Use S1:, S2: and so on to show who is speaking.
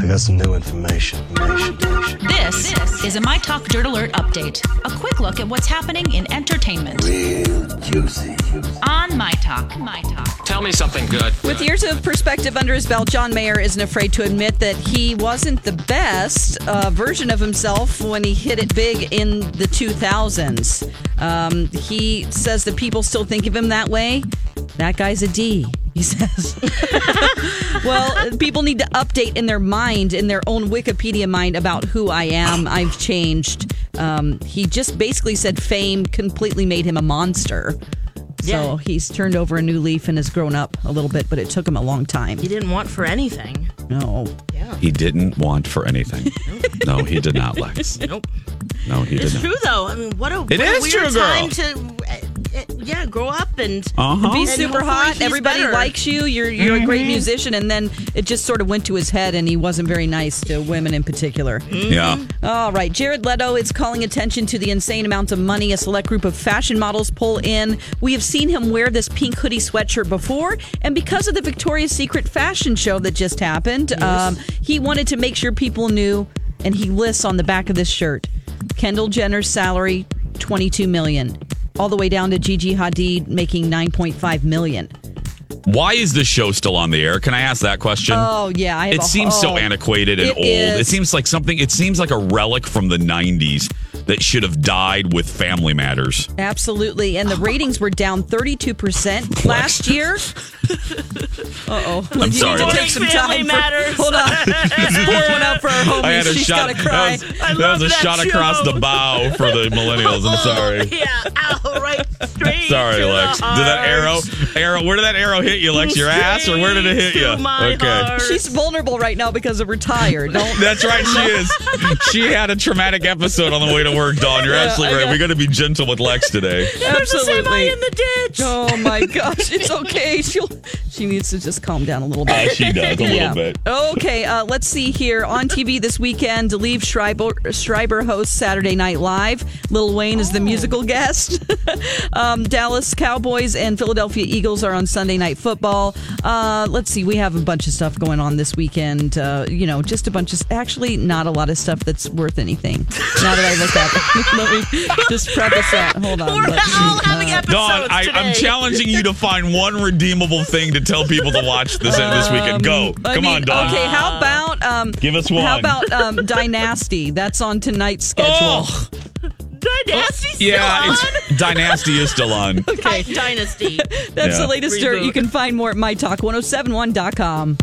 S1: I got some new information. information, information.
S2: This, this is a My Talk Dirt Alert update. A quick look at what's happening in entertainment
S1: Real juicy.
S2: on My Talk. My Talk.
S3: Tell me something good.
S4: With years of perspective under his belt, John Mayer isn't afraid to admit that he wasn't the best uh, version of himself when he hit it big in the 2000s. Um, he says that people still think of him that way. That guy's a D, he says. well, people need to update in their mind, in their own Wikipedia mind, about who I am. I've changed. Um, he just basically said fame completely made him a monster. So he's turned over a new leaf and has grown up a little bit, but it took him a long time.
S5: He didn't want for anything.
S4: No.
S6: He didn't want for anything. no, he did not, Lex.
S5: Nope.
S6: No, he did
S5: It's
S6: not.
S5: true though. I mean, what a what
S6: It
S5: a
S6: is
S5: weird
S6: true, girl.
S5: time to uh, uh, yeah grow up and
S6: Uh-huh.
S4: Be
S5: And
S4: super
S5: hopefully
S4: hot.
S5: he's
S4: Everybody
S5: better.
S4: likes you. You're you're a great musician, and then it just sort of went to his head, and he wasn't very nice to women in particular.
S6: Yeah.
S4: All right, Jared Leto is calling attention to the insane amount of money a select group of fashion models pull in. We have seen him wear this pink hoodie sweatshirt before, and because of the Victoria's Secret fashion show that just happened, um, he wanted to make sure people knew, and he lists on the back of this shirt Kendall Jenner's salary, 22 million, all the way down to Gigi Hadid making 9.5 million.
S6: Why is this show still on the air? Can I ask that question?
S4: Oh yeah, I have
S6: it
S4: a
S6: seems so
S4: whole-
S6: antiquated and
S4: It
S6: old. It
S4: is.
S6: seems like something. It seems like a relic from the '90s that should have died with Family Matters.
S4: Absolutely. And the ratings were down 32% last year. Uh oh.
S6: I'm sorry.
S5: to
S6: Lex.
S5: take some Family
S4: for-
S5: Matters.
S4: hold on. Just pour one out for our homies.
S6: I had a
S4: Oh, She's
S6: shot.
S4: got to cry.
S6: That was,
S5: I
S6: that was
S5: love
S6: a
S5: that
S6: shot
S5: show.
S6: across the bow for the millennials. I'm sorry.
S5: Oh, yeah, ow, right straight.
S6: Sorry,
S5: to the
S6: Lex. Did that arrow, arrow? Where did that arrow hit you, Lex? Your ass, or where did it hit
S5: Straight
S6: you?
S5: to my heart.
S4: She's vulnerable right now because of her tire. Don't.
S6: That's right, she is. She had a traumatic episode on the way to work, Dawn. You're absolutely right. We got to be gentle with Lex today.
S5: There's a semi
S4: Absolutely.
S5: in the ditch.
S4: Oh my gosh, it's okay. She'll, she needs to just calm down a little bit.
S6: Uh, she does a little
S4: Yeah.
S6: bit.
S4: Okay, uh, let's see here. On TV this weekend, Liev Schreiber, Schreiber hosts Saturday Night Live. Lil Wayne is the musical guest. um, Dallas Cowboys and Philadelphia Eagles are on Sunday Night Football. Uh, let's see, we have a bunch of stuff going on this weekend. Uh, you know, just a bunch of, actually, not a lot of stuff that's worth anything. Now that I look at it, let me just preface that. Hold on.
S5: We're
S4: let me,
S5: all having
S4: uh,
S5: episodes
S6: Dawn, I,
S5: today.
S6: I'm challenging you to find one redeemable thing to tell people to watch this this weekend. Go,
S4: Um, I
S6: come
S4: mean,
S6: on, Dawn.
S4: Okay, how about um,
S6: Give us one.
S4: How about um, Dynasty? That's on tonight's schedule.
S6: Oh,
S5: Dynasty's
S6: yeah,
S5: still on.
S6: it's, Dynasty is still on.
S5: Dynasty.
S4: That's
S6: Yeah.
S4: the latest dirt.
S5: Reboot.
S4: oh You can find more at mytalk1071.com.